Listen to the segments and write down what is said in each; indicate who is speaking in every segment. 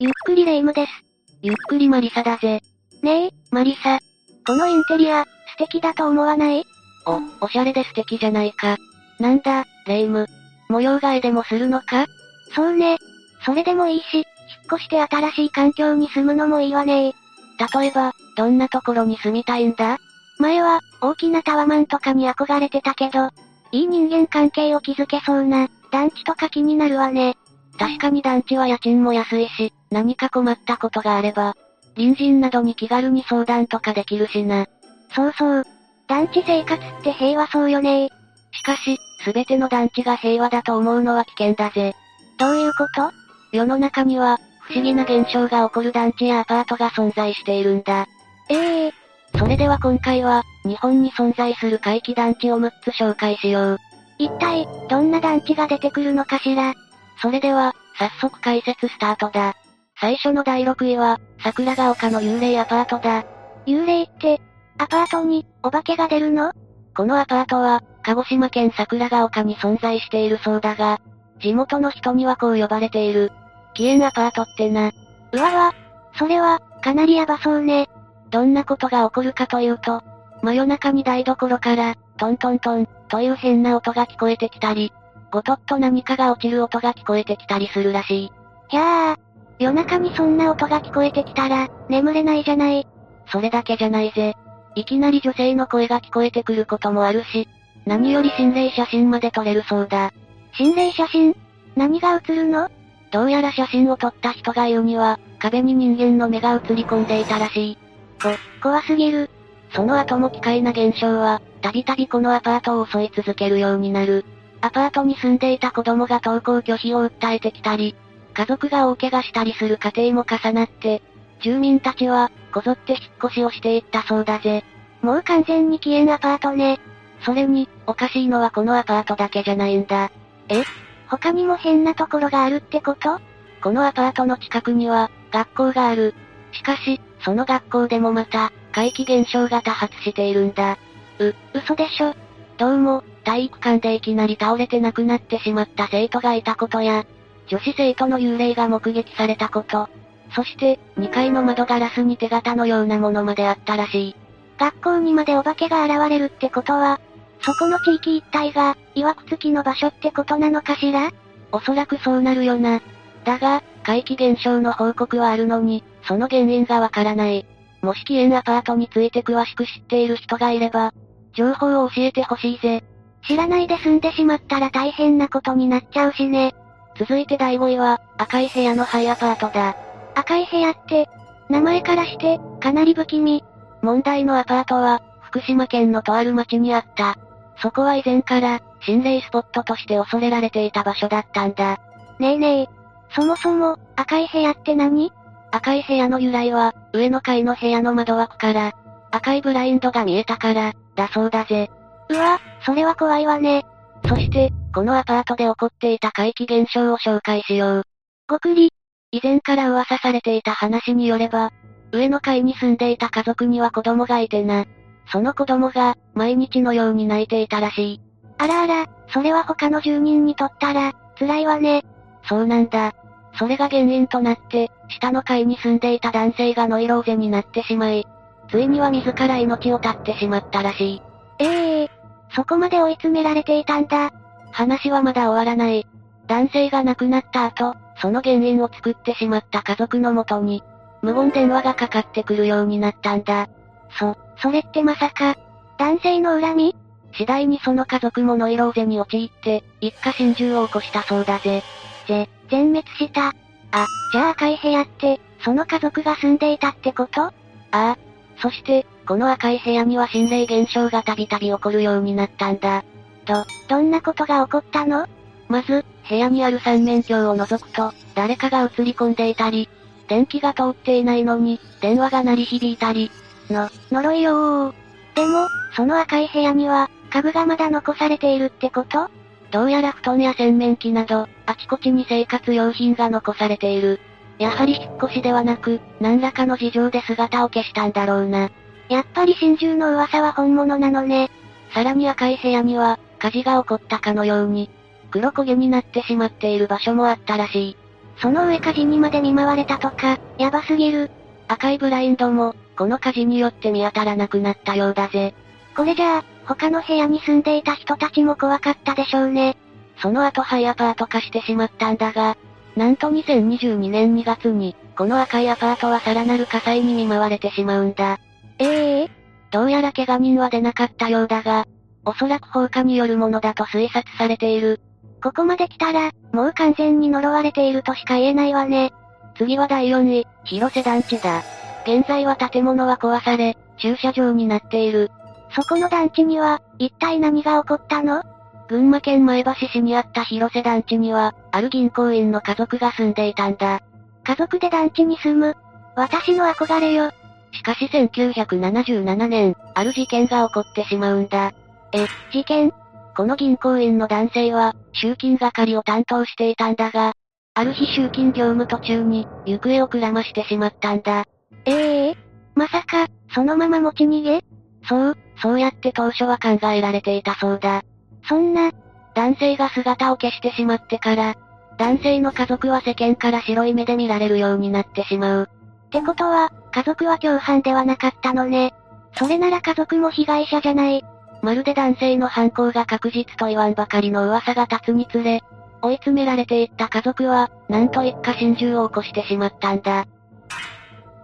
Speaker 1: ゆっくりレ夢ムです。
Speaker 2: ゆっくりマリサだぜ。
Speaker 1: ねえ、
Speaker 2: マリサ、
Speaker 1: このインテリア、素敵だと思わない
Speaker 2: お、おしゃれで素敵じゃないか。なんだ、レ夢ム。模様替えでもするのか
Speaker 1: そうね。それでもいいし、引っ越して新しい環境に住むのもいいわね
Speaker 2: 例えば、どんなところに住みたいんだ
Speaker 1: 前は、大きなタワマンとかに憧れてたけど、いい人間関係を築けそうな、団地とか気になるわね。
Speaker 2: 確かに団地は家賃も安いし、何か困ったことがあれば、隣人などに気軽に相談とかできるしな。
Speaker 1: そうそう。団地生活って平和そうよね
Speaker 2: しかし、すべての団地が平和だと思うのは危険だぜ。
Speaker 1: どういうこと
Speaker 2: 世の中には、不思議な現象が起こる団地やアパートが存在しているんだ。
Speaker 1: ええ
Speaker 2: それでは今回は、日本に存在する怪奇団地を6つ紹介しよう。
Speaker 1: 一体、どんな団地が出てくるのかしら
Speaker 2: それでは、早速解説スタートだ。最初の第6位は、桜ヶ丘の幽霊アパートだ。
Speaker 1: 幽霊って、アパートに、お化けが出るの
Speaker 2: このアパートは、鹿児島県桜ヶ丘に存在しているそうだが、地元の人にはこう呼ばれている。キエンアパートってな。
Speaker 1: うわわ。それは、かなりヤバそうね。
Speaker 2: どんなことが起こるかというと、真夜中に台所から、トントントン、という変な音が聞こえてきたり、ごとっと何かが落ちる音が聞こえてきたりするらしい。
Speaker 1: ひゃー。夜中にそんな音が聞こえてきたら、眠れないじゃない。
Speaker 2: それだけじゃないぜ。いきなり女性の声が聞こえてくることもあるし、何より心霊写真まで撮れるそうだ。
Speaker 1: 心霊写真何が映るの
Speaker 2: どうやら写真を撮った人が言うには、壁に人間の目が映り込んでいたらしい。
Speaker 1: 怖すぎる。
Speaker 2: その後も奇怪な現象は、たびたびこのアパートを襲い続けるようになる。アパートに住んでいた子供が登校拒否を訴えてきたり、家族が大怪我したりする家庭も重なって、住民たちは、こぞって引っ越しをしていったそうだぜ。
Speaker 1: もう完全にキエンアパートね。
Speaker 2: それに、おかしいのはこのアパートだけじゃないんだ。
Speaker 1: 他にも変なところがあるってこと
Speaker 2: このアパートの近くには、学校がある。しかし、その学校でもまた、怪奇現象が多発しているんだ。
Speaker 1: 嘘でしょ。
Speaker 2: どうも、体育館でいきなり倒れて亡くなってしまった生徒がいたことや、女子生徒の幽霊が目撃されたこと、そして、2階の窓ガラスに手形のようなものまであったらしい。
Speaker 1: 学校にまでお化けが現れるってことは、そこの地域一帯が、曰くつきの場所ってことなのかしら
Speaker 2: おそらくそうなるよな。だが、怪奇現象の報告はあるのに、その原因がわからない。もしキエンアパートについて詳しく知っている人がいれば、情報を教えてほしいぜ。
Speaker 1: 知らないで住んでしまったら大変なことになっちゃうしね。
Speaker 2: 続いて第5位は、赤い部屋のハイアパートだ。
Speaker 1: 赤い部屋って、名前からして、かなり不気味。
Speaker 2: 問題のアパートは、福島県のとある町にあった。そこは以前から、心霊スポットとして恐れられていた場所だったんだ。
Speaker 1: ねえねえ。そもそも、赤い部屋って何
Speaker 2: 赤い部屋の由来は、上の階の部屋の窓枠から、赤いブラインドが見えたから、だそうだぜ。
Speaker 1: うわ、それは怖いわね。
Speaker 2: そして、このアパートで起こっていた怪奇現象を紹介しよう。
Speaker 1: ごくり、
Speaker 2: 以前から噂されていた話によれば、上の階に住んでいた家族には子供がいてな。その子供が、毎日のように泣いていたらしい。
Speaker 1: あらあら、それは他の住人にとったら、辛いわね。
Speaker 2: そうなんだ。それが原因となって、下の階に住んでいた男性がノイローゼになってしまい、ついには自ら命を絶ってしまったらしい。
Speaker 1: ええそこまで追い詰められていたんだ。
Speaker 2: 話はまだ終わらない。男性が亡くなった後、その原因を作ってしまった家族のもとに、無言電話がかかってくるようになったんだ。
Speaker 1: そ、それってまさか、男性の恨み
Speaker 2: 次第にその家族もノイローゼに陥って、一家心中を起こしたそうだぜ。
Speaker 1: ぜ、全滅した。あ、じゃあ赤い部屋って、その家族が住んでいたってこと
Speaker 2: ああ。そして、この赤い部屋には心霊現象がたびたび起こるようになったんだ。
Speaker 1: どんなことが起こったの
Speaker 2: まず、部屋にある三面鏡を覗くと、誰かが映り込んでいたり、電気が通っていないのに、電話が鳴り響いたり、
Speaker 1: 呪いよー。でも、その赤い部屋には、家具がまだ残されているってこと
Speaker 2: どうやら布団や洗面器など、あちこちに生活用品が残されている。やはり引っ越しではなく、何らかの事情で姿を消したんだろうな。
Speaker 1: やっぱり真珠の噂は本物なのね。
Speaker 2: さらに赤い部屋には、火事が起こったかのように、黒焦げになってしまっている場所もあったらしい。
Speaker 1: その上火事にまで見舞われたとか、やばすぎる。
Speaker 2: 赤いブラインドも、この火事によって見当たらなくなったようだぜ。
Speaker 1: これじゃあ、他の部屋に住んでいた人たちも怖かったでしょうね。
Speaker 2: その後ハイアパート化してしまったんだが、なんと2022年2月に、この赤いアパートはさらなる火災に見舞われてしまうんだ。
Speaker 1: ええー、
Speaker 2: どうやら怪我人は出なかったようだが、おそらく放火によるものだと推察されている。
Speaker 1: ここまで来たら、もう完全に呪われているとしか言えないわね。
Speaker 2: 次は第4位、広瀬団地だ。現在は建物は壊され、駐車場になっている。
Speaker 1: そこの団地には、一体何が起こったの
Speaker 2: 群馬県前橋市にあった広瀬団地には、ある銀行員の家族が住んでいたんだ。
Speaker 1: 家族で団地に住む。私の憧れよ。
Speaker 2: しかし1977年、ある事件が起こってしまうんだ。
Speaker 1: え、事件
Speaker 2: この銀行員の男性は、集金係を担当していたんだが、ある日集金業務途中に、行方をくらましてしまったんだ。
Speaker 1: ええー、まさか、そのまま持ち逃げ
Speaker 2: そう、そうやって当初は考えられていたそうだ。
Speaker 1: そんな、
Speaker 2: 男性が姿を消してしまってから、男性の家族は世間から白い目で見られるようになってしまう。
Speaker 1: ってことは、家族は共犯ではなかったのね。それなら家族も被害者じゃない。
Speaker 2: まるで男性の犯行が確実と言わんばかりの噂が立つにつれ、追い詰められていった家族は、なんと一家心中を起こしてしまったんだ。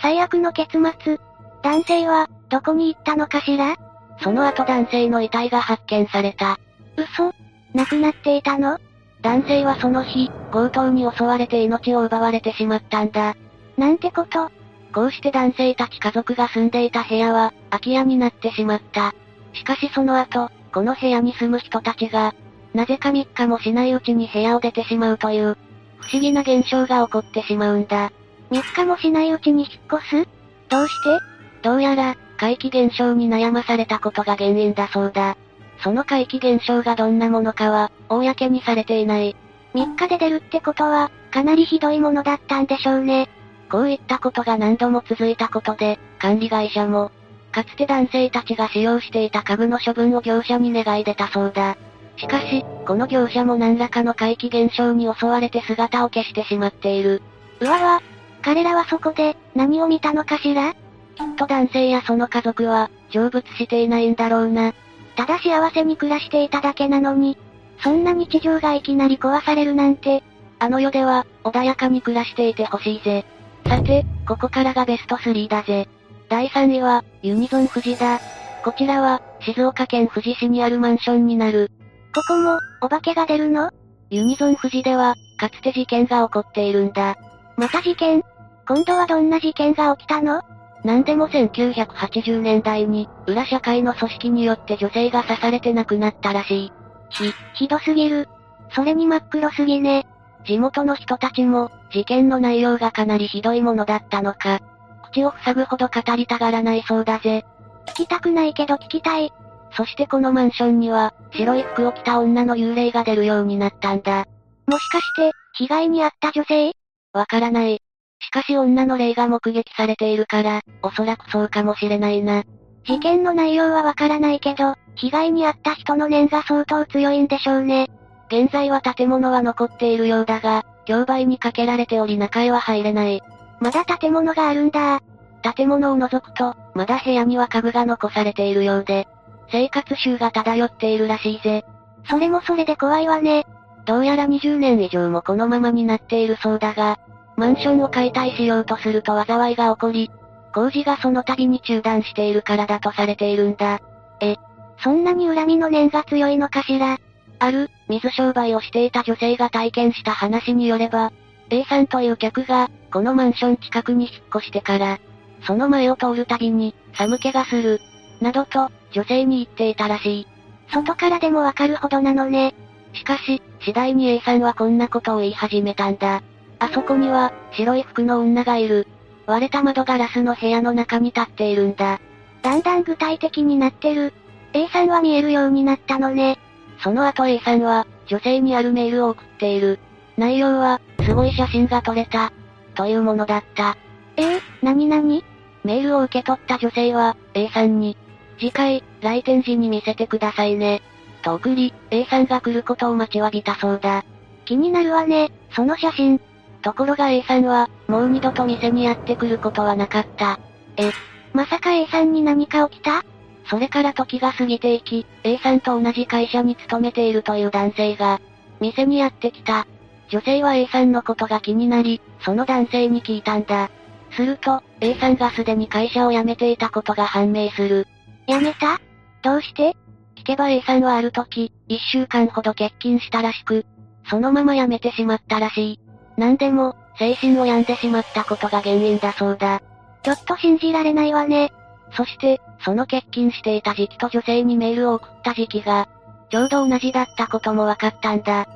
Speaker 1: 最悪の結末。男性は、どこに行ったのかしら
Speaker 2: その後男性の遺体が発見された。
Speaker 1: 嘘亡くなっていたの
Speaker 2: 男性はその日、強盗に襲われて命を奪われてしまったんだ。
Speaker 1: なんてこと。
Speaker 2: こうして男性たち家族が住んでいた部屋は、空き家になってしまった。しかしその後、この部屋に住む人たちが、なぜか3日もしないうちに部屋を出てしまうという、不思議な現象が起こってしまうんだ。
Speaker 1: 3日もしないうちに引っ越すどうして
Speaker 2: どうやら、怪奇現象に悩まされたことが原因だそうだ。その怪奇現象がどんなものかは、公にされていない。
Speaker 1: 3日で出るってことは、かなりひどいものだったんでしょうね。
Speaker 2: こういったことが何度も続いたことで、管理会社も、かつて男性たちが使用していた家具の処分を業者に願い出たそうだ。しかし、この業者も何らかの怪奇現象に襲われて姿を消してしまっている。
Speaker 1: うわわ、彼らはそこで、何を見たのかしらき
Speaker 2: っと男性やその家族は、成仏していないんだろうな。
Speaker 1: ただ幸せに暮らしていただけなのに、そんな日常がいきなり壊されるなんて、
Speaker 2: あの世では、穏やかに暮らしていてほしいぜ。さて、ここからがベスト3だぜ。第3位は、ユニゾン富士だ。こちらは、静岡県富士市にあるマンションになる。
Speaker 1: ここも、お化けが出るの
Speaker 2: ユニゾン富士では、かつて事件が起こっているんだ。
Speaker 1: また事件今度はどんな事件が起きたの
Speaker 2: なんでも1980年代に、裏社会の組織によって女性が刺されて亡くなったらしい。
Speaker 1: ひ、ひどすぎる。それに真っ黒すぎね。
Speaker 2: 地元の人たちも、事件の内容がかなりひどいものだったのか。口を塞ぐほど語りたがらないそうだぜ。
Speaker 1: 聞きたくないけど聞きたい。
Speaker 2: そしてこのマンションには、白い服を着た女の幽霊が出るようになったんだ。
Speaker 1: もしかして、被害に遭った女性
Speaker 2: わからない。しかし女の霊が目撃されているから、おそらくそうかもしれないな。
Speaker 1: 事件の内容はわからないけど、被害に遭った人の念が相当強いんでしょうね。
Speaker 2: 現在は建物は残っているようだが、競売にかけられており中へは入れない。
Speaker 1: まだ建物があるんだ。
Speaker 2: 建物を除くと、まだ部屋には家具が残されているようで、生活臭が漂っているらしいぜ。
Speaker 1: それもそれで怖いわね。
Speaker 2: どうやら20年以上もこのままになっているそうだが、マンションを解体しようとすると災いが起こり、工事がその度に中断しているからだとされているんだ。
Speaker 1: え、そんなに恨みの念が強いのかしら
Speaker 2: ある、水商売をしていた女性が体験した話によれば、A さんという客が、このマンション近くに引っ越してから、その前を通るたびに、寒気がする、などと、女性に言っていたらしい。
Speaker 1: 外からでもわかるほどなのね。
Speaker 2: しかし、次第に A さんはこんなことを言い始めたんだ。あそこには、白い服の女がいる。割れた窓ガラスの部屋の中に立っているんだ。
Speaker 1: だんだん具体的になってる。A さんは見えるようになったのね。
Speaker 2: その後 A さんは、女性にあるメールを送っている。内容は、すごい写真が撮れた。というものだった。
Speaker 1: えー、なになに
Speaker 2: メールを受け取った女性は、A さんに、次回、来店時に見せてくださいね。と送り、A さんが来ることを待ちわびたそうだ。
Speaker 1: 気になるわね、その写真。
Speaker 2: ところが A さんは、もう二度と店にやってくることはなかった。え、
Speaker 1: まさか A さんに何か起きた
Speaker 2: それから時が過ぎていき、A さんと同じ会社に勤めているという男性が、店にやってきた。女性は A さんのことが気になり、その男性に聞いたんだ。すると、A さんがすでに会社を辞めていたことが判明する。
Speaker 1: やめたどうして
Speaker 2: 聞けば A さんはある時、一週間ほど欠勤したらしく、そのまま辞めてしまったらしい。なんでも、精神を病んでしまったことが原因だそうだ。
Speaker 1: ちょっと信じられないわね。
Speaker 2: そして、その欠勤していた時期と女性にメールを送った時期が、ちょうど同じだったことも分かったんだ。
Speaker 1: っ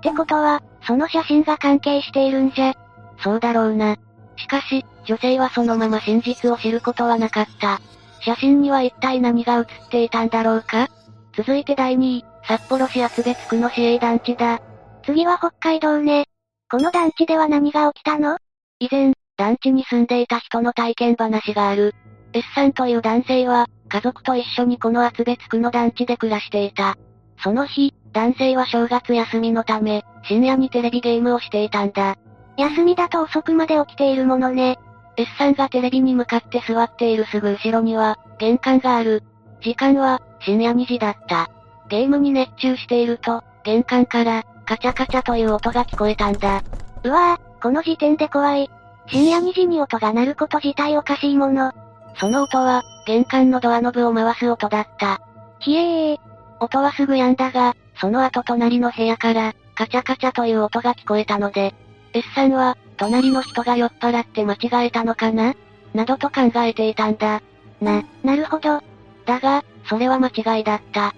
Speaker 1: てことは、その写真が関係しているんじゃ。
Speaker 2: そうだろうな。しかし、女性はそのまま真実を知ることはなかった。写真には一体何が写っていたんだろうか続いて第2位、札幌市厚別区の市営団地だ。
Speaker 1: 次は北海道ね。この団地では何が起きたの
Speaker 2: 以前、団地に住んでいた人の体験話がある。S さんという男性は、家族と一緒にこの厚別区の団地で暮らしていた。その日、男性は正月休みのため、深夜にテレビゲームをしていたんだ。
Speaker 1: 休みだと遅くまで起きているものね。
Speaker 2: S さんがテレビに向かって座っているすぐ後ろには、玄関がある。時間は、深夜2時だった。ゲームに熱中していると、玄関から、カチャカチャという音が聞こえたんだ。
Speaker 1: うわぁ、この時点で怖い。深夜2時に音が鳴ること自体おかしいもの。
Speaker 2: その音は、玄関のドアノブを回す音だった。
Speaker 1: ひえー。
Speaker 2: 音はすぐ止んだが、その後隣の部屋から、カチャカチャという音が聞こえたので、S さんは、隣の人が酔っ払って間違えたのかななどと考えていたんだ。
Speaker 1: な、なるほど。
Speaker 2: だが、それは間違いだった。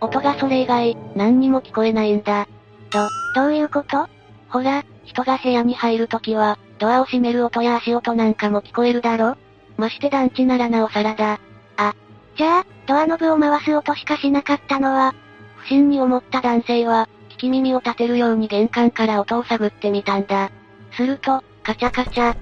Speaker 2: 音がそれ以外、何にも聞こえないんだ。
Speaker 1: どういうこと
Speaker 2: ほら、人が部屋に入るときは、ドアを閉める音や足音なんかも聞こえるだろまして団地ならなおさらだ。
Speaker 1: じゃあ、ドアノブを回す音しかしなかったのは、
Speaker 2: 不審に思った男性は、聞き耳を立てるように玄関から音を探ってみたんだ。すると、カチャカチャ、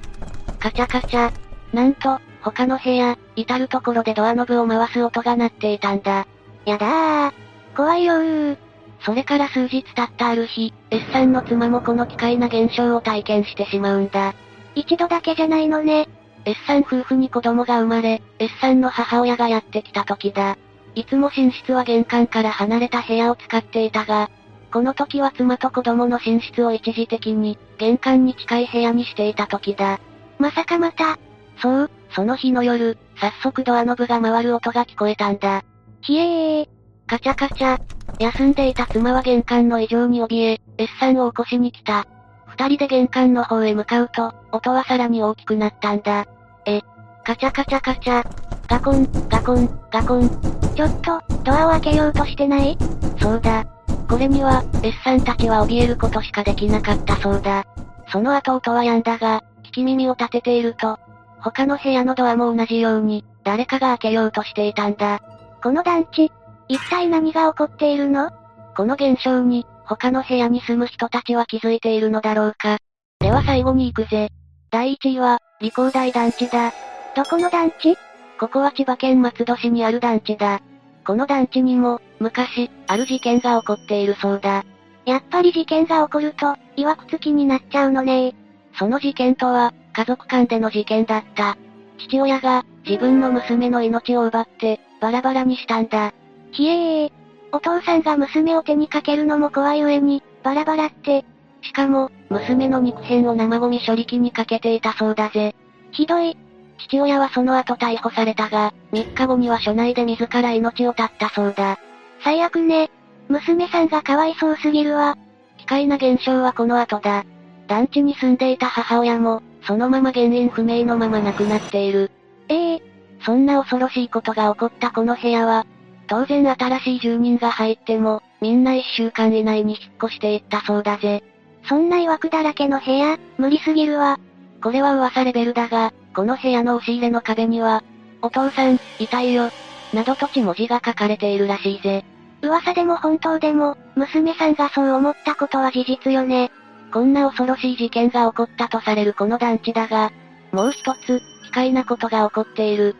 Speaker 2: カチャカチャ、なんと、他の部屋、至るところでドアノブを回す音が鳴っていたんだ。
Speaker 1: やだー。怖いよー。
Speaker 2: それから数日経ったある日、S さんの妻もこの奇怪な現象を体験してしまうんだ。
Speaker 1: 一度だけじゃないのね。
Speaker 2: S さん夫婦に子供が生まれ、S さんの母親がやってきた時だ。いつも寝室は玄関から離れた部屋を使っていたが、この時は妻と子供の寝室を一時的に、玄関に近い部屋にしていた時だ。
Speaker 1: まさかまた、
Speaker 2: そう、その日の夜、早速ドアノブが回る音が聞こえたんだ。
Speaker 1: ひえー。
Speaker 2: カチャカチャ。休んでいた妻は玄関の異常に怯え、S さんを起こしに来た。二人で玄関の方へ向かうと、音はさらに大きくなったんだ。え、カチャカチャカチャ。ガコン、ガコン、ガコン。
Speaker 1: ちょっと、ドアを開けようとしてない
Speaker 2: そうだ。これには、S さんたちは怯えることしかできなかったそうだ。その後音は止んだが、聞き耳を立てていると、他の部屋のドアも同じように、誰かが開けようとしていたんだ。
Speaker 1: この団地、一体何が起こっているの
Speaker 2: この現象に、他の部屋に住む人たちは気づいているのだろうか。では最後に行くぜ。第1位は、理工大団地だ。
Speaker 1: どこの団地
Speaker 2: ここは千葉県松戸市にある団地だ。この団地にも、昔、ある事件が起こっているそうだ。
Speaker 1: やっぱり事件が起こると、いわくつきになっちゃうのねー。
Speaker 2: その事件とは、家族間での事件だった。父親が、自分の娘の命を奪って、バラバラにしたんだ。
Speaker 1: ひえー。お父さんが娘を手にかけるのも怖い上に、バラバラって、
Speaker 2: しかも、娘の肉片を生ゴミ処理機にかけていたそうだぜ。
Speaker 1: ひどい。
Speaker 2: 父親はその後逮捕されたが、3日後には署内で自ら命を絶ったそうだ。
Speaker 1: 最悪ね。娘さんがかわいそうすぎるわ。
Speaker 2: 奇怪な現象はこの後だ。団地に住んでいた母親も、そのまま原因不明のまま亡くなっている。
Speaker 1: ええー、
Speaker 2: そんな恐ろしいことが起こったこの部屋は、当然新しい住人が入っても、みんな1週間以内に引っ越していったそうだぜ。
Speaker 1: そんないわくだらけの部屋、無理すぎるわ。
Speaker 2: これは噂レベルだが、この部屋の押し入れの壁には、お父さん、痛いよ、などと血文字が書かれているらしいぜ。
Speaker 1: 噂でも本当でも、娘さんがそう思ったことは事実よね。
Speaker 2: こんな恐ろしい事件が起こったとされるこの団地だが、もう一つ、奇怪なことが起こっている。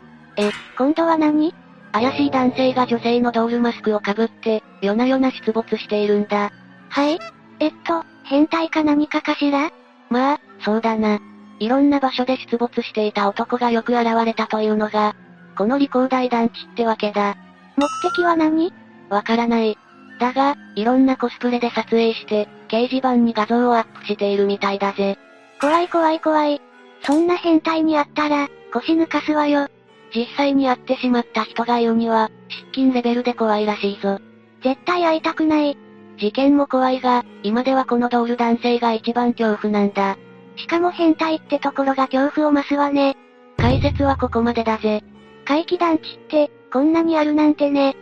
Speaker 1: 今度は何
Speaker 2: 怪しい男性が女性のドールマスクをかぶって、夜な夜な出没しているんだ。
Speaker 1: はい。えっと、変態か何かかしら
Speaker 2: まあ、そうだな。いろんな場所で出没していた男がよく現れたというのが、この理工大団地ってわけだ。
Speaker 1: 目的は何
Speaker 2: わからない。だが、いろんなコスプレで撮影して、掲示板に画像をアップしているみたいだぜ。
Speaker 1: 怖い怖い怖い。そんな変態にあったら、腰抜かすわよ。
Speaker 2: 実際に会ってしまった人が言うには、失禁レベルで怖いらしいぞ。
Speaker 1: 絶対会いたくない。
Speaker 2: 事件も怖いが、今ではこのドール男性が一番恐怖なんだ。
Speaker 1: しかも変態ってところが恐怖を増すわね。
Speaker 2: 解説はここまでだぜ。
Speaker 1: 怪奇団地って、こんなにあるなんてね。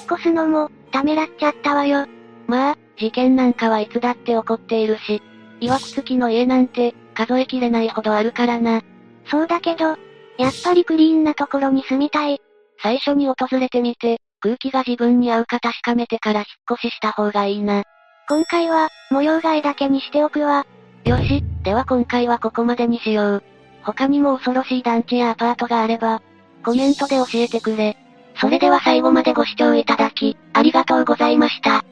Speaker 1: 引っ越すのも、ためらっちゃったわよ。
Speaker 2: まあ、事件なんかはいつだって起こっているし、いわき付きの家なんて、数えきれないほどあるからな。
Speaker 1: そうだけど、やっぱりクリーンなところに住みたい。
Speaker 2: 最初に訪れてみて、空気が自分に合うか確かめてから引っ越しした方がいいな。
Speaker 1: 今回は、模様替えだけにしておくわ。
Speaker 2: よし、では今回はここまでにしよう。他にも恐ろしい団地やアパートがあれば、コメントで教えてくれ。それでは最後までご視聴いただき、ありがとうございました。